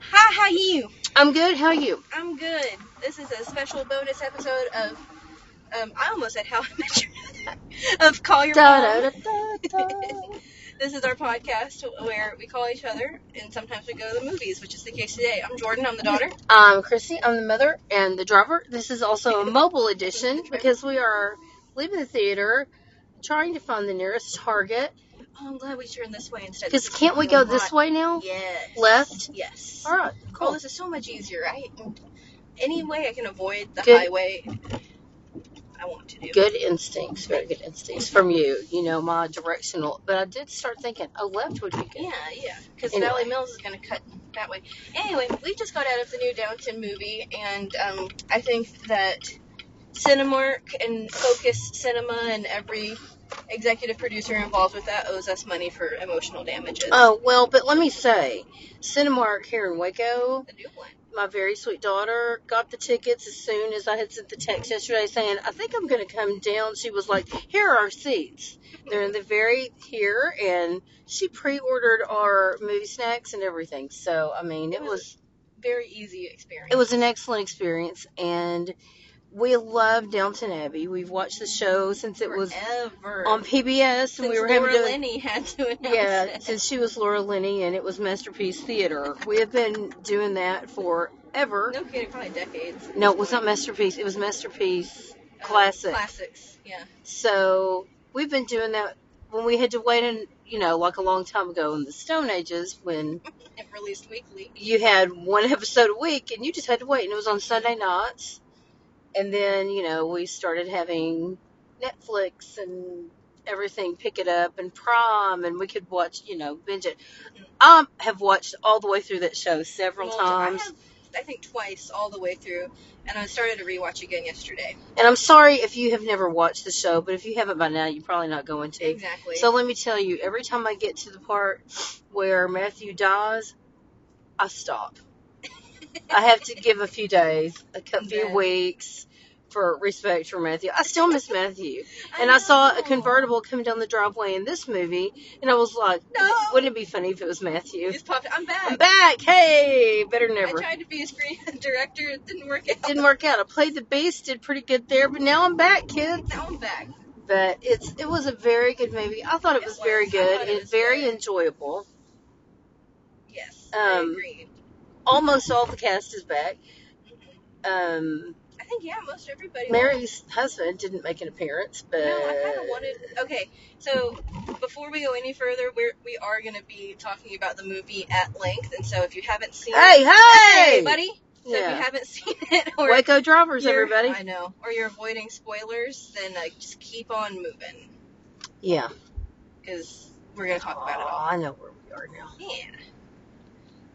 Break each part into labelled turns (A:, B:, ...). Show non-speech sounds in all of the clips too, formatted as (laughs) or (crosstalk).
A: how you?
B: I'm good. How are you?
A: I'm good. This is a special bonus episode of um, I almost said how I met your (laughs) of call your mom. This is our podcast where we call each other and sometimes we go to the movies, which is the case today. I'm Jordan. I'm the daughter.
B: (laughs) I'm Christy. I'm the mother and the driver. This is also a mobile edition because we are leaving the theater, trying to find the nearest Target.
A: Oh, I'm glad we turned this way instead.
B: Because can't we go this way now?
A: Yes.
B: Left.
A: Yes.
B: All right.
A: Oh,
B: Cool.
A: this is so much easier. I any way I can avoid the
B: Good.
A: highway, I want to do.
B: Good instincts. Very good instincts from you. You know my directional. But I did start thinking a left would be good.
A: Yeah, yeah. Because
B: Anyway.
A: Valley Mills is going to cut that way. Anyway, we just got out of the new Downton movie, and um, I think that Cinemark and Focus Cinema and every executive producer involved with that owes us money for emotional damages.
B: Oh well, but let me say, Cinemark here in Waco.
A: the new one.
B: my very sweet daughter got the tickets as soon as I had sent the text yesterday saying, I think I'm going to come down. She was like, Here are our seats. They're in the very here. And she pre ordered our movie snacks and everything. So, I mean, it was.
A: Very easy experience.
B: It was an excellent experience, and we love Downton Abbey. We've watched the show since it was
A: Forever.
B: on PBS, and
A: Since
B: we were
A: Laura
B: having to
A: Linney had to announce
B: yeah,
A: it.
B: since she was Laura Linney, and it was Masterpiece Theater. We have been doing that forever.
A: No kidding, probably decades. at
B: No,
A: this
B: it was
A: point.
B: not masterpiece. It was masterpiece
A: Uh,
B: classic.
A: Classics, yeah.
B: So we've been doing that when we had to wait, in, you know, like a long time ago in the Stone Ages when
A: It released weekly.
B: you had one (laughs) episode a week and you just had to wait, and it was on Sunday nights. And then you know we started having Netflix and everything pick it up and Prime, and we could watch, you know, binge it. I have watched all the way through that show several
A: Multi-
B: times.
A: I, have, I think twice all the way through, and I started to rewatch again yesterday.
B: And I'm sorry if you have never watched the show, but if you haven't by now, you're probably not going to.
A: Exactly.
B: So let me tell you, every time I get to the part where Matthew dies, I stop. I have to give a few days, a cou- few
A: Yeah.
B: weeks for respect for Matthew. I still miss Matthew. And I, saw a
A: know.
B: convertible come down the driveway in this movie, and I was like,
A: No.
B: wouldn't it be funny if it was Matthew?
A: It's popped. I'm back.
B: I'm back. Hey, better than
A: I
B: ever.
A: tried to be a screen (laughs) director. It didn't work out.
B: Didn't work out. I played the beast, did pretty good there, but now I'm back, kids.
A: Now I'm back.
B: but it's it was a very good movie. I thought it
A: It
B: was
A: was.
B: very
A: I
B: good
A: thought it
B: and
A: was
B: very
A: good.
B: enjoyable.
A: Yes. I
B: Um,
A: agree.
B: Almost all the cast is back. Um,
A: I think yeah, most everybody.
B: Mary's husband didn't make an appearance, but
A: No, I kind of wanted. Okay, so before we go any further, we're we are going to be talking about the movie at length, and so if you haven't seen
B: Hey,
A: it,
B: hey,
A: buddy. So if
B: Yeah.
A: you haven't (laughs) seen it or
B: Waco drivers,
A: you're-
B: everybody.
A: I know. Or you're avoiding spoilers, then uh, just keep on moving
B: Yeah,
A: because we're gonna talk about it
B: Aw,
A: all.
B: I know where we are now.
A: Yeah,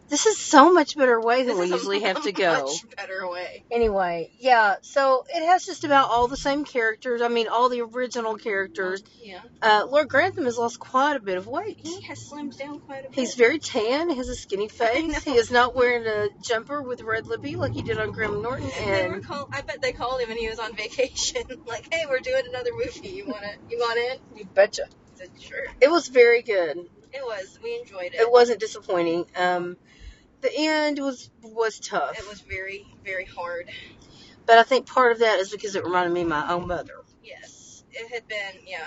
B: This is so much better way
A: this
B: than we
A: is a
B: usually have to
A: (laughs) much
B: go.
A: better way.
B: Anyway, yeah, so it has just about all the same characters. I mean, all the original characters.
A: Yeah,
B: Uh, Lord Grantham has lost quite a bit of weight.
A: he has slimmed down quite a bit.
B: He's very tan, has a (laughs) skinny
A: know.
B: face. He is not wearing a jumper with red lippy like he did on Graham Norton.
A: They were
B: And
A: call- I bet they called him when he was on vacation. (laughs) like, hey, we're doing another movie. You want to? You want in?
B: you betcha.
A: I said, sure.
B: It was very good.
A: It was. We enjoyed it.
B: It wasn't disappointing. Um, the end was was tough,
A: It was very, very hard.
B: but I think part of that is because it reminded me of my own mother.
A: Yes, it had been. Yeah,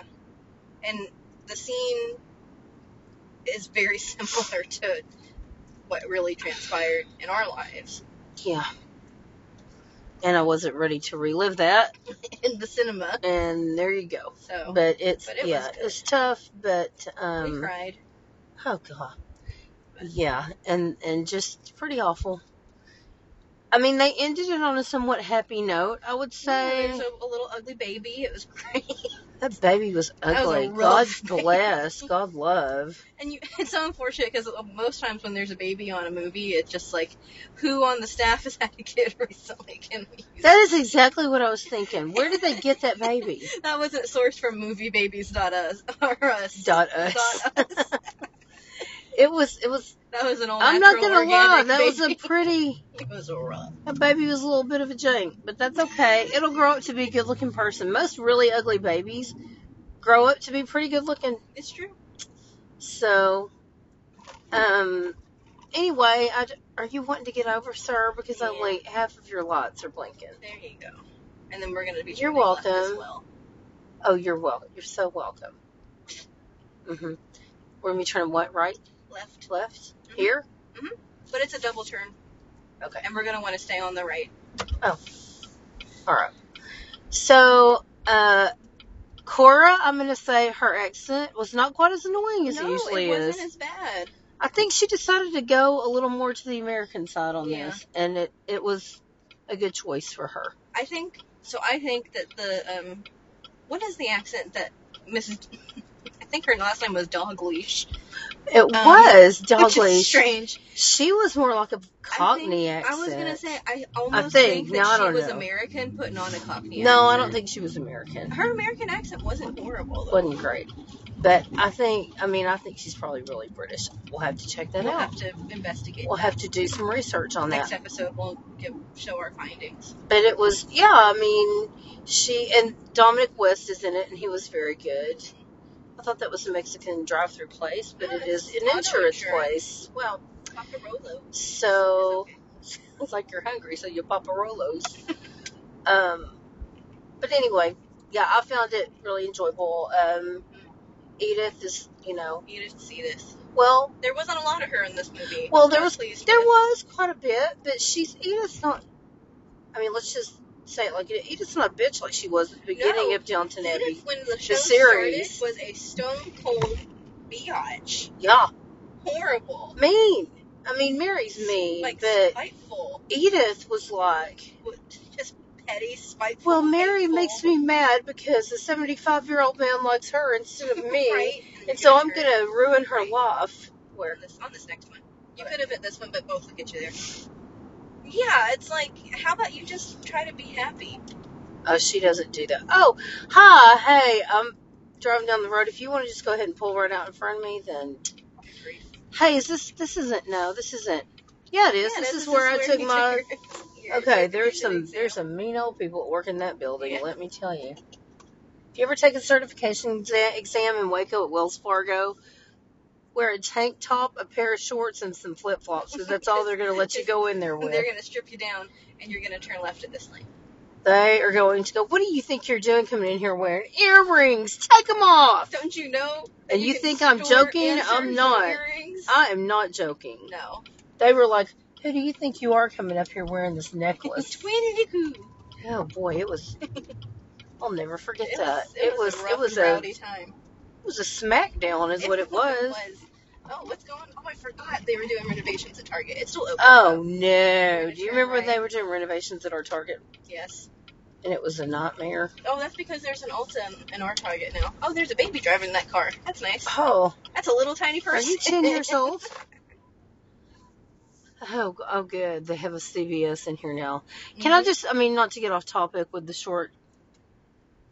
A: and the scene is very (laughs) similar to what really transpired in our lives
B: Yeah. And I wasn't ready to relive that.
A: in the cinema.
B: And there you go.
A: So
B: But it's
A: But it was
B: yeah,
A: good.
B: it's tough, but
A: we
B: um,
A: cried.
B: Oh god. Yeah, and and just pretty awful. I mean, they ended it on a somewhat happy note, I would say.
A: There's a, a little ugly baby. It was (laughs) great.
B: that baby was
A: was a
B: ugly. God
A: rough (laughs) baby.
B: bless. God love.
A: And you, it's so unfortunate because most times when there's a baby on a movie, it's just like, who on the staff has had a kid (laughs) recently? Can we use
B: That is exactly what I was thinking. Where did they get that baby?
A: That wasn't sourced from moviebabies.us or us. (laughs)
B: Dot us.
A: Dot us.
B: it was. It was.
A: That was an old.
B: I'm not
A: natural
B: gonna lie.
A: organic
B: That was a
A: Oh, baby. (laughs)
B: pretty.
A: It was rough.
B: That baby was a little bit of a jank, but that's okay. It'll grow up to be a good-looking person. Most really ugly babies grow up to be pretty good-looking.
A: It's true.
B: So, um, anyway, I, Are you wanting to get over, sir? Because
A: Yeah.
B: only half of your lots are blinking.
A: There you go. And then we're gonna be
B: You're
A: turning left
B: welcome.
A: as well.
B: Oh, you're welcome. You're so welcome. Mm-hmm. We're gonna be turning what right,
A: Left.
B: left,
A: Mhm.
B: here.
A: But it's a double turn.
B: Okay.
A: And we're gonna want to stay on the right.
B: All right. So, uh, Cora, I'm gonna say her accent was not quite as annoying as
A: no,
B: it usually
A: it wasn't
B: is.
A: as bad.
B: I think she decided to go a little more to the American side on
A: Yeah.
B: this, and it it was a good choice for her.
A: I think so. I think that the um, what is the accent that Mrs. I think her last name was Dogleash,
B: It was
A: which
B: Dogley.
A: is strange.
B: Um, She was more like a Cockney
A: I, think,
B: accent.
A: I was gonna say I almost
B: think.
A: think,
B: No, I
A: that
B: don't
A: she was
B: know.
A: American putting on a Cockney.
B: no, I
A: accent.
B: don't think she was American.
A: her American accent wasn't horrible. Though.
B: wasn't great. But I think, I mean, I think she's probably really British. We'll have to check that
A: We'll
B: out.
A: have to investigate.
B: We'll have to do some research on
A: Next
B: that.
A: episode, we'll give, show our findings.
B: But it was, yeah, I mean, she and Dominic West is in it, and he was very good. I thought that was a Mexican drive-through place, but it is an
A: Auto
B: insurance
A: insurance.
B: place. Well,
A: Paparolo.
B: so
A: It's okay.
B: it's like you're hungry, so you pop a (laughs) Rolos. um, but anyway, yeah, I found it really enjoyable. Um, Edith is, you know,
A: You didn't see this.
B: well,
A: There wasn't a lot of her in this movie.
B: Well,
A: I'm
B: there
A: not
B: was-
A: pleased
B: There
A: with-
B: was quite a bit, but she's Edith's not. I mean, let's just say it like it- Edith's not a bitch like she was at the beginning
A: No,
B: of Downton Abbey.
A: Edith, when the show
B: series.
A: started, was a stone cold biatch.
B: Yeah,
A: Horrible.
B: mean. I mean, Mary's mean,
A: Like
B: but
A: spiteful.
B: Edith was like,
A: Just petty, spiteful.
B: "Well, Mary
A: hateful.
B: makes me mad because a seventy-five-year-old man likes her instead
A: (laughs)
B: of me,
A: (laughs) Right?
B: and so I'm
A: You're-
B: gonna ruin her
A: Right.
B: life." Where
A: on this on this next one. You could have hit this one, but both will get you there. Yeah, it's like, how about you just try to be happy?
B: oh, she doesn't do that. Oh, hi, hey, I'm driving down the road. If you want to just go ahead and pull right out in front of me, then Hey, is this this isn't no, this isn't. Yeah, it is.
A: Yeah,
B: this, is, where I
A: you
B: took my.
A: your- your
B: okay, there's
A: certification
B: some
A: exam.
B: there's some mean old people that work in that building.
A: Yeah.
B: Let me tell you. If you ever take a certification exa- exam in Waco at Wells Fargo, wear a tank top, a pair of shorts, and some flip flops because that's all they're going to let you go in there
A: And (laughs) they're
B: with.
A: gonna strip you down, and you're gonna turn left at this lane.
B: They are going to go. What do you think you're doing coming in here wearing earrings? Take them off.
A: Don't you know? that
B: And you
A: can
B: think I'm
A: store
B: joking? I'm
A: answers in
B: not.
A: earrings?
B: I am not joking.
A: No.
B: They were like, "Who do you think you are coming up here wearing this necklace?"
A: Tweety-doo.
B: (laughs) Oh boy, it was. (laughs) I'll never forget
A: It
B: that.
A: was,
B: It was.
A: a
B: It was
A: rough and
B: a.
A: rowdy time.
B: It was a smackdown, is
A: (laughs)
B: what it was.
A: Oh, what's going on? Oh, I forgot they were doing renovations at Target. It's still open.
B: Oh
A: gonna
B: no! Do you
A: turn
B: remember when
A: right.
B: they were doing renovations at our Target,
A: Yes.
B: and it was a nightmare?
A: Oh, that's because there's an Ulta in, in our Target now. Oh, there's a baby driving that car. That's nice.
B: Oh,
A: That's a little tiny
B: are
A: person.
B: you (laughs) ten years
A: (laughs)
B: old? Oh, g- oh, good. They have a CVS in here now. Can I just? I mean, not to get off topic with the short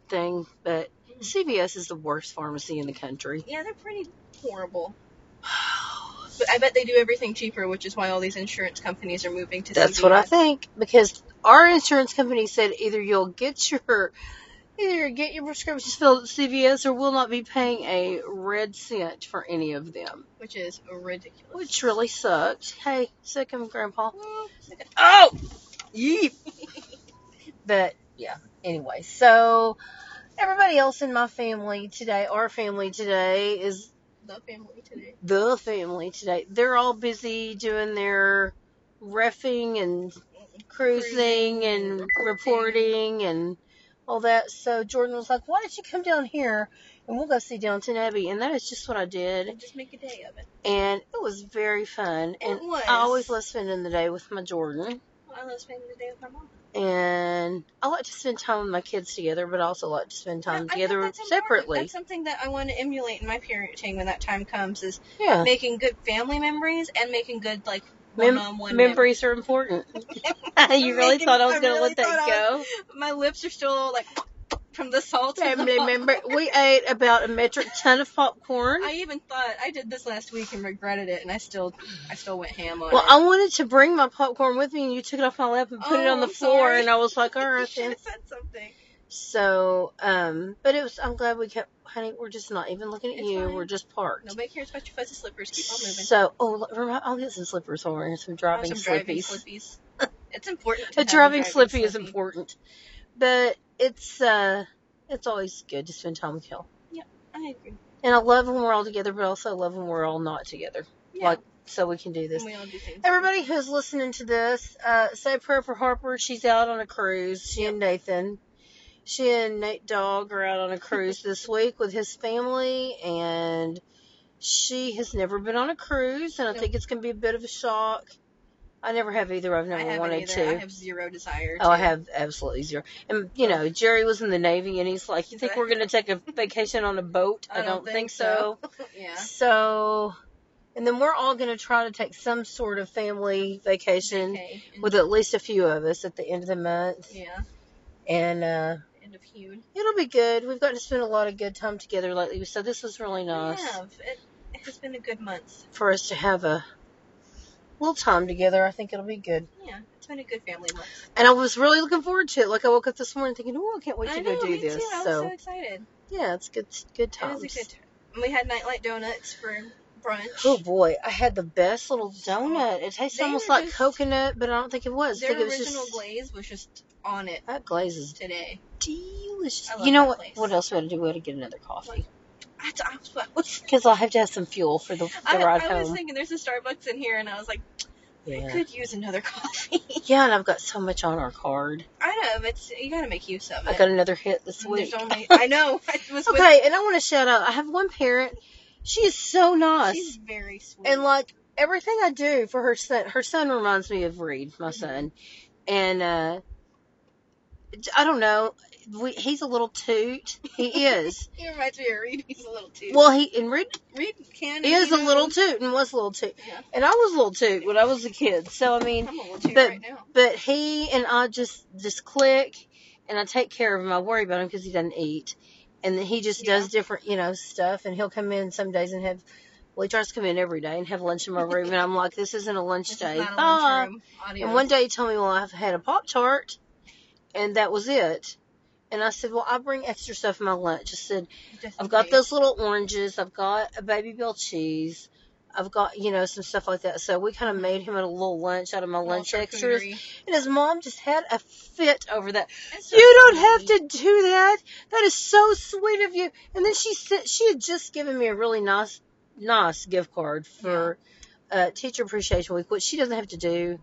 B: thing, but
A: Mhm.
B: CVS is the worst pharmacy in the country.
A: Yeah, they're pretty horrible. But I bet they do everything cheaper, which is why all these insurance companies are moving to.
B: (sighs) That's
A: CVS.
B: what I think because our insurance company said either you'll get your either get your prescriptions filled at CVS or we'll not be paying a red cent for any of them,
A: Which is ridiculous.
B: which really sucks. Hey, sick 'em, Grandpa.
A: Well,
B: Oh, yeep. (laughs) but yeah. Anyway, so everybody else in my family today, our family today, is
A: the family today.
B: the family today. They're all busy doing their refing and cruising and reporting and all that. So Jordan was like, "Why don't you come down here and we'll go see Downton Abbey?" And that is just what I did,
A: Just make a day of it.
B: and it was very fun. And
A: It was.
B: I always love spending the day with my Jordan,
A: I love spending the day with my mom.
B: and I like to spend time with my kids together, but I also like to spend time
A: Yeah, I think
B: together
A: that's important.
B: separately.
A: That's something that I want to emulate in my parenting when that time comes is
B: Yeah,
A: making good family memories and making good like
B: Uh. Mem-
A: one-on-one memories.
B: memories are important.
A: (laughs)
B: (laughs) you really
A: Making-
B: thought I was
A: I
B: gonna
A: really
B: let that
A: thought I
B: go?
A: My lips are still like (laughs) from the salt. and the
B: Family
A: popcorn.
B: member, we ate about a metric ton of popcorn.
A: I even thought I did this last week and regretted it, and I still, I still went ham on (laughs)
B: Well,
A: it.
B: I wanted to bring my popcorn with me, and you took it off my lap and put it
A: Oh,
B: on the
A: I'm
B: floor,
A: sorry.
B: and I was like, all right
A: should
B: then.
A: have said something.
B: So, um, but it was. I'm glad we kept, honey. We're just not even looking at
A: It's
B: you.
A: fine.
B: We're just parked.
A: Nobody cares about your fuzzy slippers. Keep on moving.
B: So, oh, look, remi- I'll get some slippers over here. Some
A: Have
B: driving
A: some driving
B: slippies.
A: slippies. (laughs) It's important. To
B: a
A: have a
B: driving slippy
A: slippy
B: is important, but it's uh, it's always good to spend time with y'all.
A: I agree.
B: And I love when we're all together, but I also love when we're all not together.
A: Yeah.
B: Like so we can do this.
A: and we all do things.
B: Everybody who's listening to this, uh, say a prayer for Harper. She's out on a cruise. She and Nathan, she and Nate Dog are out on
A: (laughs)
B: a cruise this week with his family, and she has never been on a cruise, and I
A: Nope.
B: think it's going to be a bit of a shock. I never have either. I've
A: I
B: never
A: haven't
B: wanted
A: either.
B: to.
A: I have zero desire.
B: Oh, I
A: to.
B: have absolutely zero. And you know, Jerry was in the Navy, and he's like, "You think we're going to take a vacation on a boat?" I, don't, think, so.
A: (laughs) yeah.
B: So, and then we're all going to try to take some sort of family vacation
A: Okay. And-
B: with at least a few of us at the end of the month,
A: yeah.
B: and uh,
A: End of Hune.
B: it'll be good. We've gotten to spend a lot of good time together lately, so this was really nice
A: We have. It, it has been a good month.
B: for us to have a little time together. I think it'll be good,
A: Yeah. It's been a good family month.
B: and I was really looking forward to it. Like I woke up this morning thinking, "Oh, I can't wait
A: I
B: to
A: know,
B: go do
A: me
B: this."
A: Too. I was so,
B: so
A: excited.
B: Yeah, it's good good
A: It
B: times.
A: was a good time. And we had nightlight donuts for brunch.
B: Oh boy, I had the best little donut. It tasted
A: They
B: almost
A: were
B: like
A: just-
B: coconut, but I don't think it was. I
A: Their
B: think it was
A: original
B: just
A: glaze was just on it
B: that glaze is
A: today.
B: delicious.
A: I love
B: You know
A: that
B: what?
A: place.
B: What else we had to do? We had to get another coffee
A: I, t- I, was-
B: because I'll have to have some fuel for the, the
A: I,
B: ride
A: I was
B: home.
A: thinking there's a Starbucks in here, and I was like, I
B: Yeah,
A: could use another (laughs) coffee.
B: yeah, and I've got so much on our card.
A: I know, it's you gotta make use of it.
B: I got another hit this
A: There's
B: week. (laughs)
A: only I know. (laughs) I was with-
B: Okay, and I want to shout out. I have one parent. She is so nice.
A: She's very sweet.
B: And like everything I do for her son, her son reminds me of Reed, my
A: Mhm.
B: son. And uh I don't know, we, he's a little toot. He
A: (laughs)
B: is.
A: he reminds me of Reed. He's a little too.
B: well, he and Reed
A: Reed can
B: is
A: you
B: a
A: know,
B: little toot and was a little toot.
A: Yeah.
B: And I was a little toot when I was a kid. So I mean,
A: I'm a little too
B: but-
A: right now.
B: but he and I just just click, and I take care of him. I worry about him because he doesn't eat, and then he just does different, you know, stuff. And he'll come in some days and have. Well, he tries to come in every day and have lunch in my room, and I'm like, "This isn't a lunch
A: This is
B: day."
A: not a
B: Bye.
A: lunchroom audio.
B: And one day he told me, Well, I've had a Pop Tart, and that was it. And I said, Well, I bring extra stuff in my lunch. I said,
A: Just in
B: I've got
A: case.
B: those little oranges, I've got a baby bell cheese, I've got, you know, some stuff like that. So we kind of made him a little lunch out of my
A: Little
B: lunch extras.
A: charcuterie.
B: And his mom just had a fit over that.
A: It's so
B: You don't
A: funny.
B: have to do that. That is so sweet of you. And then she said she had just given me a really nice, nice gift card for uh, Teacher Appreciation Week, which she doesn't have to do.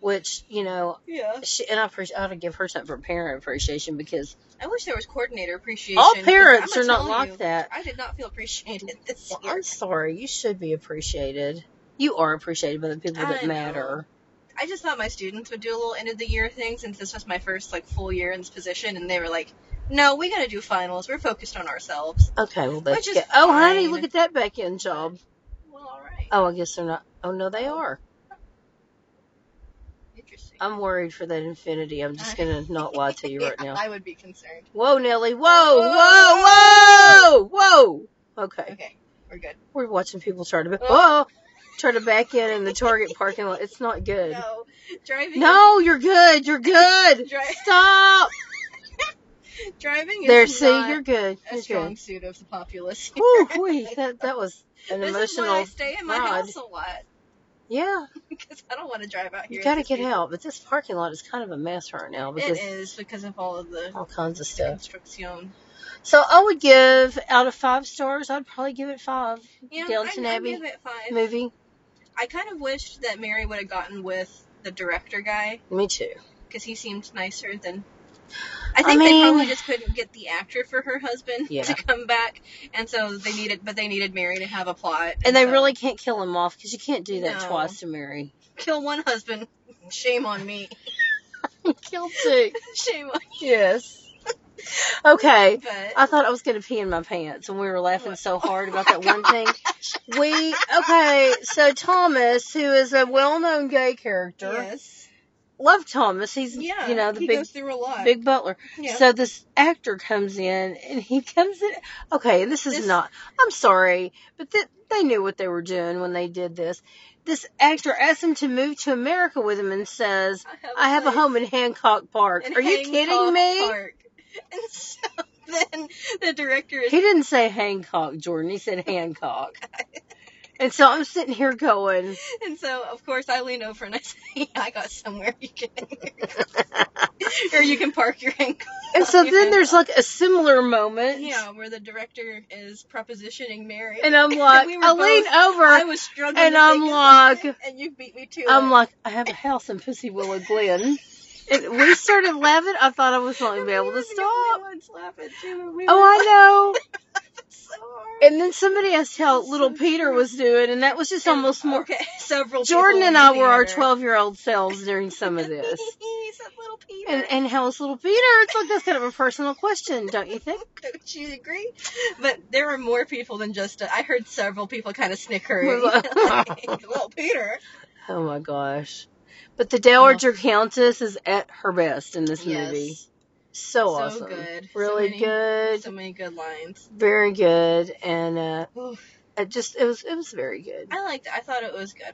B: Which you know,
A: Yeah.
B: she and I appreciate. I ought to give her something for parent appreciation because
A: I wish there was coordinator appreciation.
B: all
A: 'cause
B: parents
A: I'ma
B: are not
A: tell
B: like
A: you,
B: that.
A: I did not feel appreciated (laughs) this
B: Well,
A: year.
B: I'm sorry. You should be appreciated. You are appreciated by the people
A: I
B: that
A: know.
B: matter.
A: I just thought my students would do a little end of the year thing since this was my first like full year in this position, and they were like, "No, we gotta do finals. We're focused on ourselves."
B: Okay, well that's
A: Which is
B: good. Oh, honey,
A: fine.
B: look at that back end job.
A: Well, all right.
B: Oh, I guess they're not. Oh no, they are.
A: Interesting.
B: I'm worried for that infinity. I'm just gonna
A: (laughs)
B: not lie to you right
A: Yeah,
B: now.
A: I would be concerned.
B: Whoa, Nelly. Whoa, whoa, whoa, whoa. Okay.
A: Okay, we're good.
B: We're watching people try to ba-
A: Oh.
B: oh, try to back in in
A: (laughs)
B: the Target parking lot. It's not good.
A: No, driving.
B: No, you're good. You're good.
A: Dri- (laughs)
B: Stop.
A: driving is
B: There,
A: not
B: see, you're good.
A: a
B: You're
A: strong
B: good.
A: suit of the populace.
B: (laughs) Woo, wee. That, that was
A: (laughs)
B: an
A: this is why I
B: emotional.
A: stay in my
B: ride.
A: house a lot (laughs)
B: Yeah,
A: because I don't want to drive out here.
B: you gotta
A: with
B: get
A: people.
B: out. But this parking lot is kind of a mess right now
A: It
B: because
A: is because of all of the
B: all kinds of stuff.
A: construction.
B: So I would give out of five stars. I'd probably give it five.
A: Yeah,
B: Downton
A: I, I
B: Abbey.
A: give it five.
B: Movie.
A: I kind of wished that Mary would have gotten with the director guy
B: Me too.
A: because he seemed nicer than. I think they
B: mean-
A: probably just couldn't get the actor for her husband
B: Yeah.
A: to come back, and so they needed, but they needed Mary to have a plot.
B: And they
A: so-
B: really can't kill him off because you can't do that
A: No.
B: twice to Mary.
A: kill one husband. Shame on me. (laughs)
B: kill two.
A: Shame on.
B: (laughs) Yes. Okay.
A: But
B: I thought I was gonna pee in my pants, and we were laughing
A: Oh
B: so hard
A: (laughs)
B: about that one thing. We okay. So Thomas, who is a well-known gay character,
A: yes,
B: love Thomas. He's
A: yeah,
B: you know the
A: he
B: big
A: goes through a lot.
B: big butler.
A: yeah.
B: So this actor comes in and he comes in. Okay, and this is
A: This-
B: not. I'm sorry, but th- they knew what they were doing when they did this. This actor asks him to move to America with him and says, "I have a
A: place
B: home in Hancock Park."
A: in
B: Are you
A: Hancock
B: kidding me?
A: Park. (laughs) And so then the director is
B: He didn't say Hancock, Jordan. He said
A: (laughs)
B: Hancock. and so I'm sitting here going,
A: And so, of course, I lean over and I say, (laughs) yeah, "I got somewhere you can, (laughs) or you can park your ankle."
B: and so
A: Yeah.
B: then there's like a similar moment.
A: Yeah, where the director is propositioning Mary,
B: And I'm like,
A: We were
B: I lean
A: both-
B: over.
A: I was struggling,
B: and
A: to
B: I'm
A: think of
B: like-
A: something, and you beat me to
B: I'm
A: it.
B: like, I have a house in Pussy Willow Glen. And we started laughing. I thought I was not going to be able to stop.
A: (laughs)
B: Oh, I know. And then somebody asked how
A: That's
B: little
A: so
B: Peter
A: true.
B: was doing, and that was just almost more.
A: Okay, several.
B: Jordan
A: people
B: and
A: in
B: I
A: the
B: were our
A: theater.
B: 12 year old selves during some of
A: (laughs)
B: this.
A: he said, "Little Peter."
B: And, and how is little Peter? It's like that's kind of a personal question, don't you think?
A: (laughs) Don't you agree? But there were more people than just. uh, I heard several people kind of
B: (laughs)
A: snickering. (laughs)
B: We're like-
A: like, little Peter.
B: Oh my gosh. But the Dowager Countess is at her best in this movie. So,
A: So
B: awesome.
A: good. So
B: Really
A: many-
B: good.
A: So many good lines.
B: very good. And uh,
A: Oof.
B: it just it was it was very good.
A: I liked it. I thought it was good.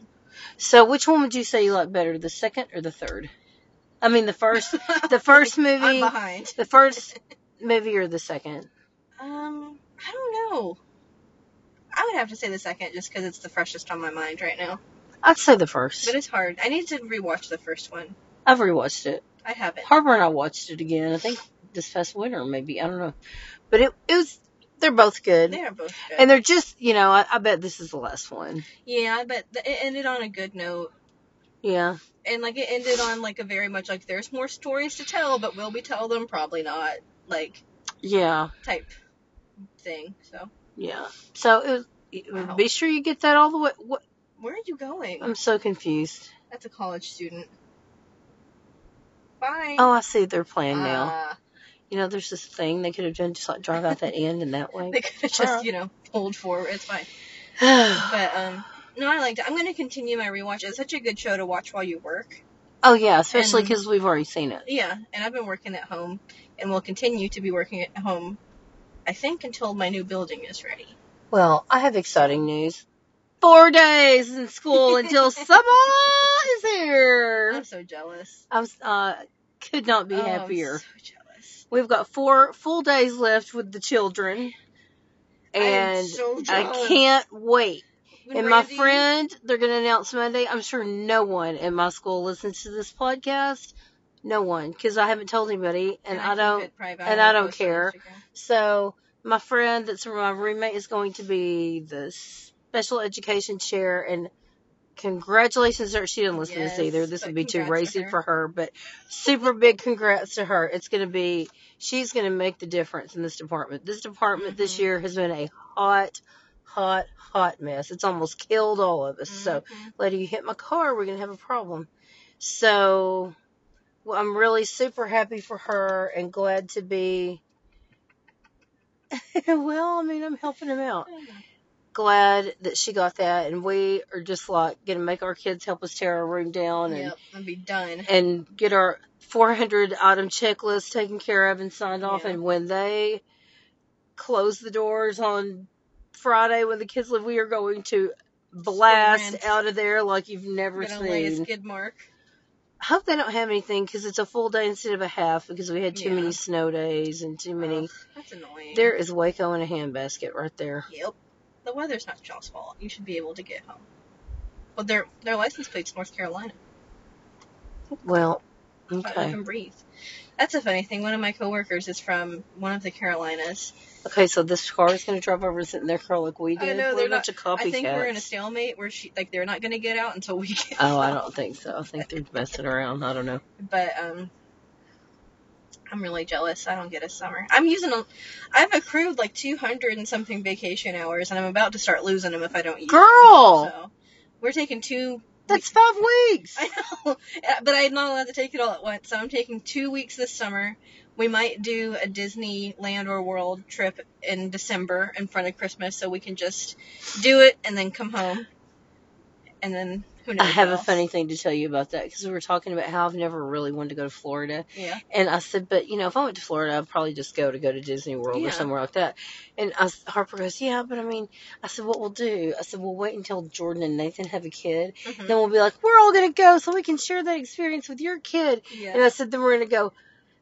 B: So which one would you say you like better, the second or the third? I mean
A: (laughs)
B: the first the first
A: I'm
B: movie
A: behind.
B: the first movie or the second?
A: Um, I don't know. I would have to say the second just because it's the freshest on my mind right now.
B: I'd say the first.
A: But it's hard. I need to rewatch the first one.
B: I've rewatched it.
A: I haven't.
B: Harper and I watched it again. I think this past winter, maybe I don't know, but it it was they're both good,
A: They are both good.
B: and they're just you know I, I bet this is the last one.
A: yeah, I bet th- it ended on a good note.
B: Yeah,
A: And like it ended on like a very much like there's more stories to tell, but will we tell them? Probably not. Like
B: yeah,
A: type thing. So
B: yeah. So it was, it-
A: Wow.
B: be sure you get that all the way. What,
A: where are you going?
B: I'm so confused.
A: That's a college student. Bye.
B: Oh, I see they're playing now. (laughs)
A: Ah,
B: You know, there's this thing they could have done, just like drive out that end and that way.
A: they could have just, you know, pulled forward. It's fine. But um, no, I liked it. I'm gonna continue my rewatch. It's such a good show to watch while you work.
B: (sighs) oh yeah, especially
A: And-
B: because we've already seen it.
A: Yeah, and I've been working at home, and will continue to be working at home. I think until my new building is ready.
B: Well, I have exciting news. Four days in
A: (laughs)
B: school until summer is here.
A: I'm so jealous.
B: I'm uh, could not be
A: Oh, I'm
B: happier.
A: so jealous.
B: We've got four full days left with the children, and
A: I'm so
B: I
A: jealous.
B: can't wait.
A: When
B: and
A: Randy-
B: my friend, they're going to announce Monday. I'm sure no one in my school listens to this podcast. No one, because I haven't told anybody, and, I,
A: keep
B: don't.
A: it private.
B: and I don't
A: post on
B: care.
A: Instagram.
B: So my friend, that's my roommate, is going to be the special education chair, and congratulations to her. She didn't listen to
A: Yes,
B: this either. This
A: but
B: would be too
A: congrats to
B: racy
A: her.
B: for her, but super big congrats to her. It's going to be, she's going to make the difference in this department. This department this
A: Mhm.
B: year has been a hot, hot, hot mess. It's almost killed all of us. So,
A: Mhm.
B: lady, you hit my car, we're going to have a problem. So, well, I'm really super happy for her and glad to be. (laughs) well, I mean, I'm helping him out glad that she got that and we are just like gonna make our kids help us tear our room down and
A: Yep, I'll be done.
B: and get our 400 item checklist taken care of and signed off
A: Yeah.
B: and when they close the doors on friday when the kids leave we are going to blast
A: Sprint.
B: out of there like you've never
A: Gonna lay a
B: seen
A: skid mark.
B: i hope they don't have anything because it's a full day instead of a half because we had too
A: Yeah. Oh,
B: many snow days and too many
A: Ugh, that's annoying.
B: there is waco in a handbasket right there
A: Yep. The weather's not y'all's fault. You should be able to get home. Well, their their license plate's North Carolina.
B: well
A: But I
B: okay
A: can breathe. That's a funny thing. One of my coworkers is from one of the Carolinas.
B: Okay, so this car is going to drive over and sit in their car like we
A: I
B: did.
A: know,
B: we're
A: they're
B: a bunch of copycats.
A: I think we're in a stalemate where she like they're not gonna get out until we (laughs) get.
B: oh, I
A: out.
B: don't think so. I think they're messing around. I don't know.
A: But um, I'm really jealous. I don't get a summer. I'm using a. I've accrued like 200 and something vacation hours, and I'm about to start losing them if I don't use. them. (laughs)
B: Girl!
A: so we're taking two
B: That's five weeks.
A: (laughs) I know, Uh, but I'm not allowed to take it all at once. So I'm taking two weeks this summer. We might do a Disneyland or World trip in December in front of Christmas, so we can just do it and then come home, and then who knows?
B: I have
A: what
B: a
A: else.
B: funny thing to tell you about that because we were talking about how I've never really wanted to go to Florida.
A: Yeah.
B: And I said, but you know, if I went to Florida, I'd probably just go to go to Disney World
A: Yeah.
B: or somewhere like that. And I, s- Harper goes, yeah, but I mean, I said, what we'll do? I said, we'll wait until Jordan and Nathan have a kid.
A: Mhm.
B: Then we'll be like, we're all going to go so we can share that experience with your kid.
A: Yeah.
B: And I said, then we're going to go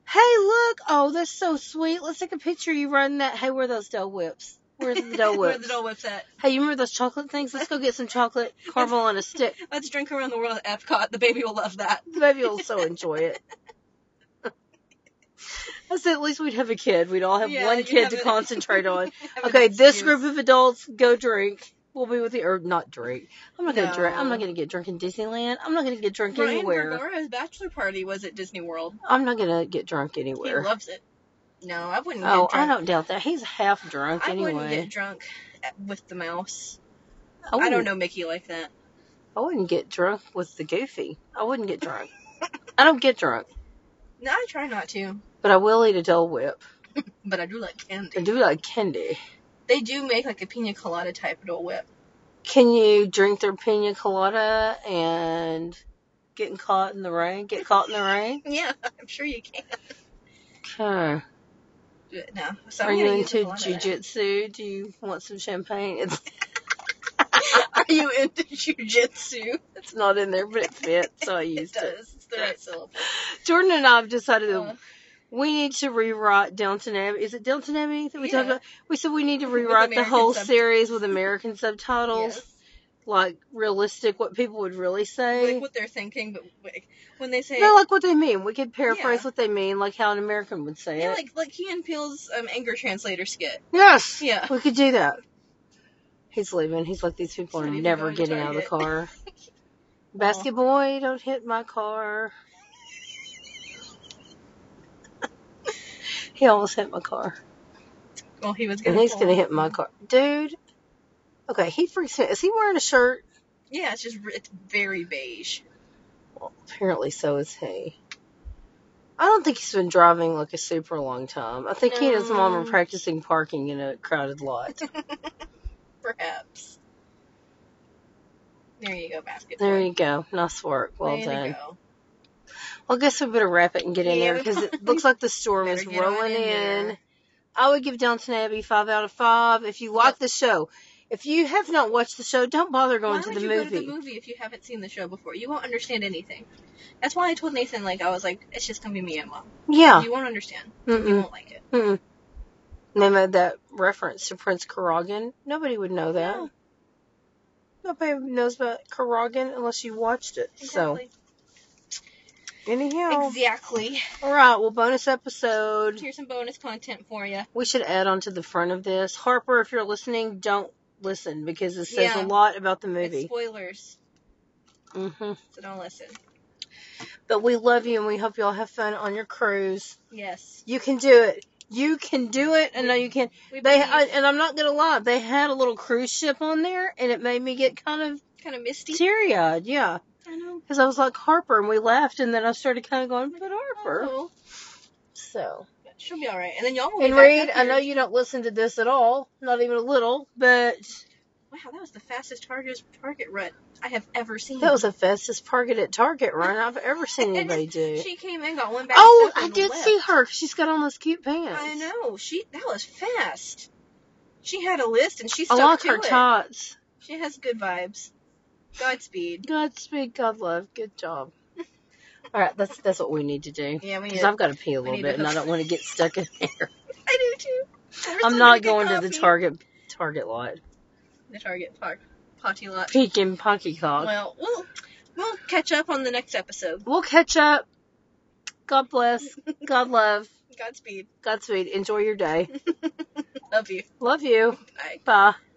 B: Hey, look. Oh, that's so sweet. Let's take a picture of you riding that. Hey, where are those dough whips? Where's
A: (laughs)
B: the dough
A: Where the
B: whips?
A: Dole Whip's at.
B: Hey, you remember those chocolate things? Let's go get
A: (laughs)
B: some chocolate caramel on a stick.
A: Let's drink around the world at Epcot. The baby will love that.
B: The baby will so enjoy
A: (laughs)
B: it. I said at least we'd have a kid. We'd all have
A: Yeah,
B: one
A: you'd
B: kid
A: have
B: to
A: (laughs) a-
B: concentrate on.
A: Have an
B: Okay, this
A: excuse.
B: group of adults go drink. We'll be with the or not drink. I'm not gonna drink. I'm
A: No.
B: not gonna get drunk in Disneyland. I'm not gonna get drunk
A: Brian
B: anywhere.
A: Vergara's bachelor party was at Disney World.
B: I'm not gonna get drunk
A: He
B: anywhere.
A: loves it. No, I wouldn't.
B: Oh,
A: get
B: I
A: drunk.
B: don't doubt that. He's half drunk
A: I
B: anyway. Oh.
A: wouldn't get drunk at- with the mouse.
B: I,
A: I don't
B: wouldn't-
A: know Mickey like that.
B: I wouldn't get drunk with the goofy. I wouldn't get drunk. I don't get drunk,
A: No, I try not to,
B: but I will eat a Dole Whip.
A: but I do like
B: I
A: candy.
B: do like candy.
A: They do make like a pina colada type Dole Whip.
B: Can you drink their pina colada and getting caught in the rain? Get caught in the rain? (laughs)
A: Yeah, I'm sure you can.
B: Okay.
A: do it now. So
B: Are
A: I'm
B: you
A: gonna use a
B: into
A: lot of that.
B: jujitsu? Do you want some champagne? It's
A: (laughs) Are you into jujitsu?
B: it's not in there, but it fits, so I
A: (laughs)
B: used
A: it
B: it.
A: does. It's the right syllable.
B: Jordan and I have decided that
A: Uh,
B: we need to rewrite Downton Abbey. Is it Downton Abbey that we talked
A: Yeah.
B: about? We said we need to rewrite the
A: American
B: whole
A: sub-
B: series with American subtitles,
A: yes.
B: like realistic, what people would really say.
A: Like what they're thinking, but like, when they say
B: no, like what they mean. We could paraphrase
A: Yeah.
B: what they mean, like how an American would say
A: yeah,
B: it.
A: like like Key and Peele's um, anger translator skit.
B: Yes.
A: Yeah.
B: We could do that. He's leaving. He's like, these people
A: He's
B: are
A: not even
B: never
A: going to
B: getting out of
A: (laughs)
B: the car. Basket boy, don't hit my
A: (laughs)
B: car. he almost hit my car.
A: Well, he was
B: And
A: gonna.
B: he's
A: fall.
B: gonna hit my car, dude. Okay, he freaks me. Is he wearing a shirt?
A: Yeah, it's just it's very beige.
B: Well, apparently, so is he. I don't think he's been driving like a super long time. I think he and his mom are
A: No.
B: practicing parking in a crowded lot.
A: Perhaps. There you go, basket.
B: There
A: boy.
B: you go. Nice work. Well
A: Way to
B: done.
A: go.
B: Well, I guess we better wrap it and get in there
A: Yeah.
B: because it looks like the storm
A: Better
B: is
A: get on
B: rolling
A: in
B: in.
A: there.
B: I would give Downton Abbey five out of five. If you like the show, if you have not watched the show, don't bother going
A: why
B: to
A: would
B: the
A: you
B: movie.
A: go to the movie if you haven't seen the show before? You won't understand anything. That's why I told Nathan, like, I was like, it's just gonna be me and mom.
B: Yeah. Mm-hmm.
A: You won't understand. You
B: Mm-mm.
A: won't like it.
B: Mm-mm. And They made that reference to Prince Karagin. Nobody would know that.
A: No.
B: Nobody knows about Karagin unless you watched it.
A: Exactly.
B: So, anyhow.
A: Exactly.
B: All right. Well, bonus episode.
A: Here's some bonus content for you.
B: We should add on to the front of this. Harper, if you're listening, don't listen because it says
A: Yeah.
B: a lot about the
A: It's
B: movie.
A: spoilers,
B: hmm
A: so don't listen.
B: But we love you and we hope y'all have fun on your cruise.
A: Yes.
B: You can do it. You can do it. I know you can.
A: We
B: They uh,
A: believe-
B: I, and I'm not gonna lie. They had a little cruise ship on there, and it made me get kind of
A: kind of misty.
B: teary eyed. Yeah,
A: I know.
B: because I was like Harper, and we laughed, and then I started kind of going, but Harper.
A: Oh,
B: So
A: but she'll be all right. And then y'all will. be
B: and
A: back
B: Reed,
A: up
B: I
A: here.
B: know you don't listen to this at all, not even a little, but
A: Wow, that was the fastest target target run I have ever seen.
B: that was the fastest target at Target run I've ever
A: (laughs)
B: seen
A: And
B: anybody do.
A: She came in, got one back.
B: Oh,
A: step
B: I
A: and
B: did
A: left.
B: see her. She's got on those cute pants.
A: I know. She that was fast. She had a list and she
B: I
A: stuck
B: like
A: to
B: her
A: it.
B: tots.
A: She has good vibes. Godspeed.
B: Godspeed, God love. Good job. (laughs) All right, that's that's what we need to do.
A: Yeah, we
B: Because I've got to pee a little
A: need
B: bit,
A: to-
B: and I don't want (laughs) to get stuck in there.
A: I do too. We're still
B: I'm not
A: gonna
B: going
A: get
B: to the
A: coffee.
B: Target Target lot.
A: The Target park potty lot.
B: Peeking Pocky Cock.
A: Well, we'll we'll catch up on the next episode. (laughs)
B: We'll catch up. God bless. God love.
A: Godspeed. (laughs)
B: Godspeed. Enjoy your day.
A: Love you.
B: Love you.
A: Bye.
B: Bye.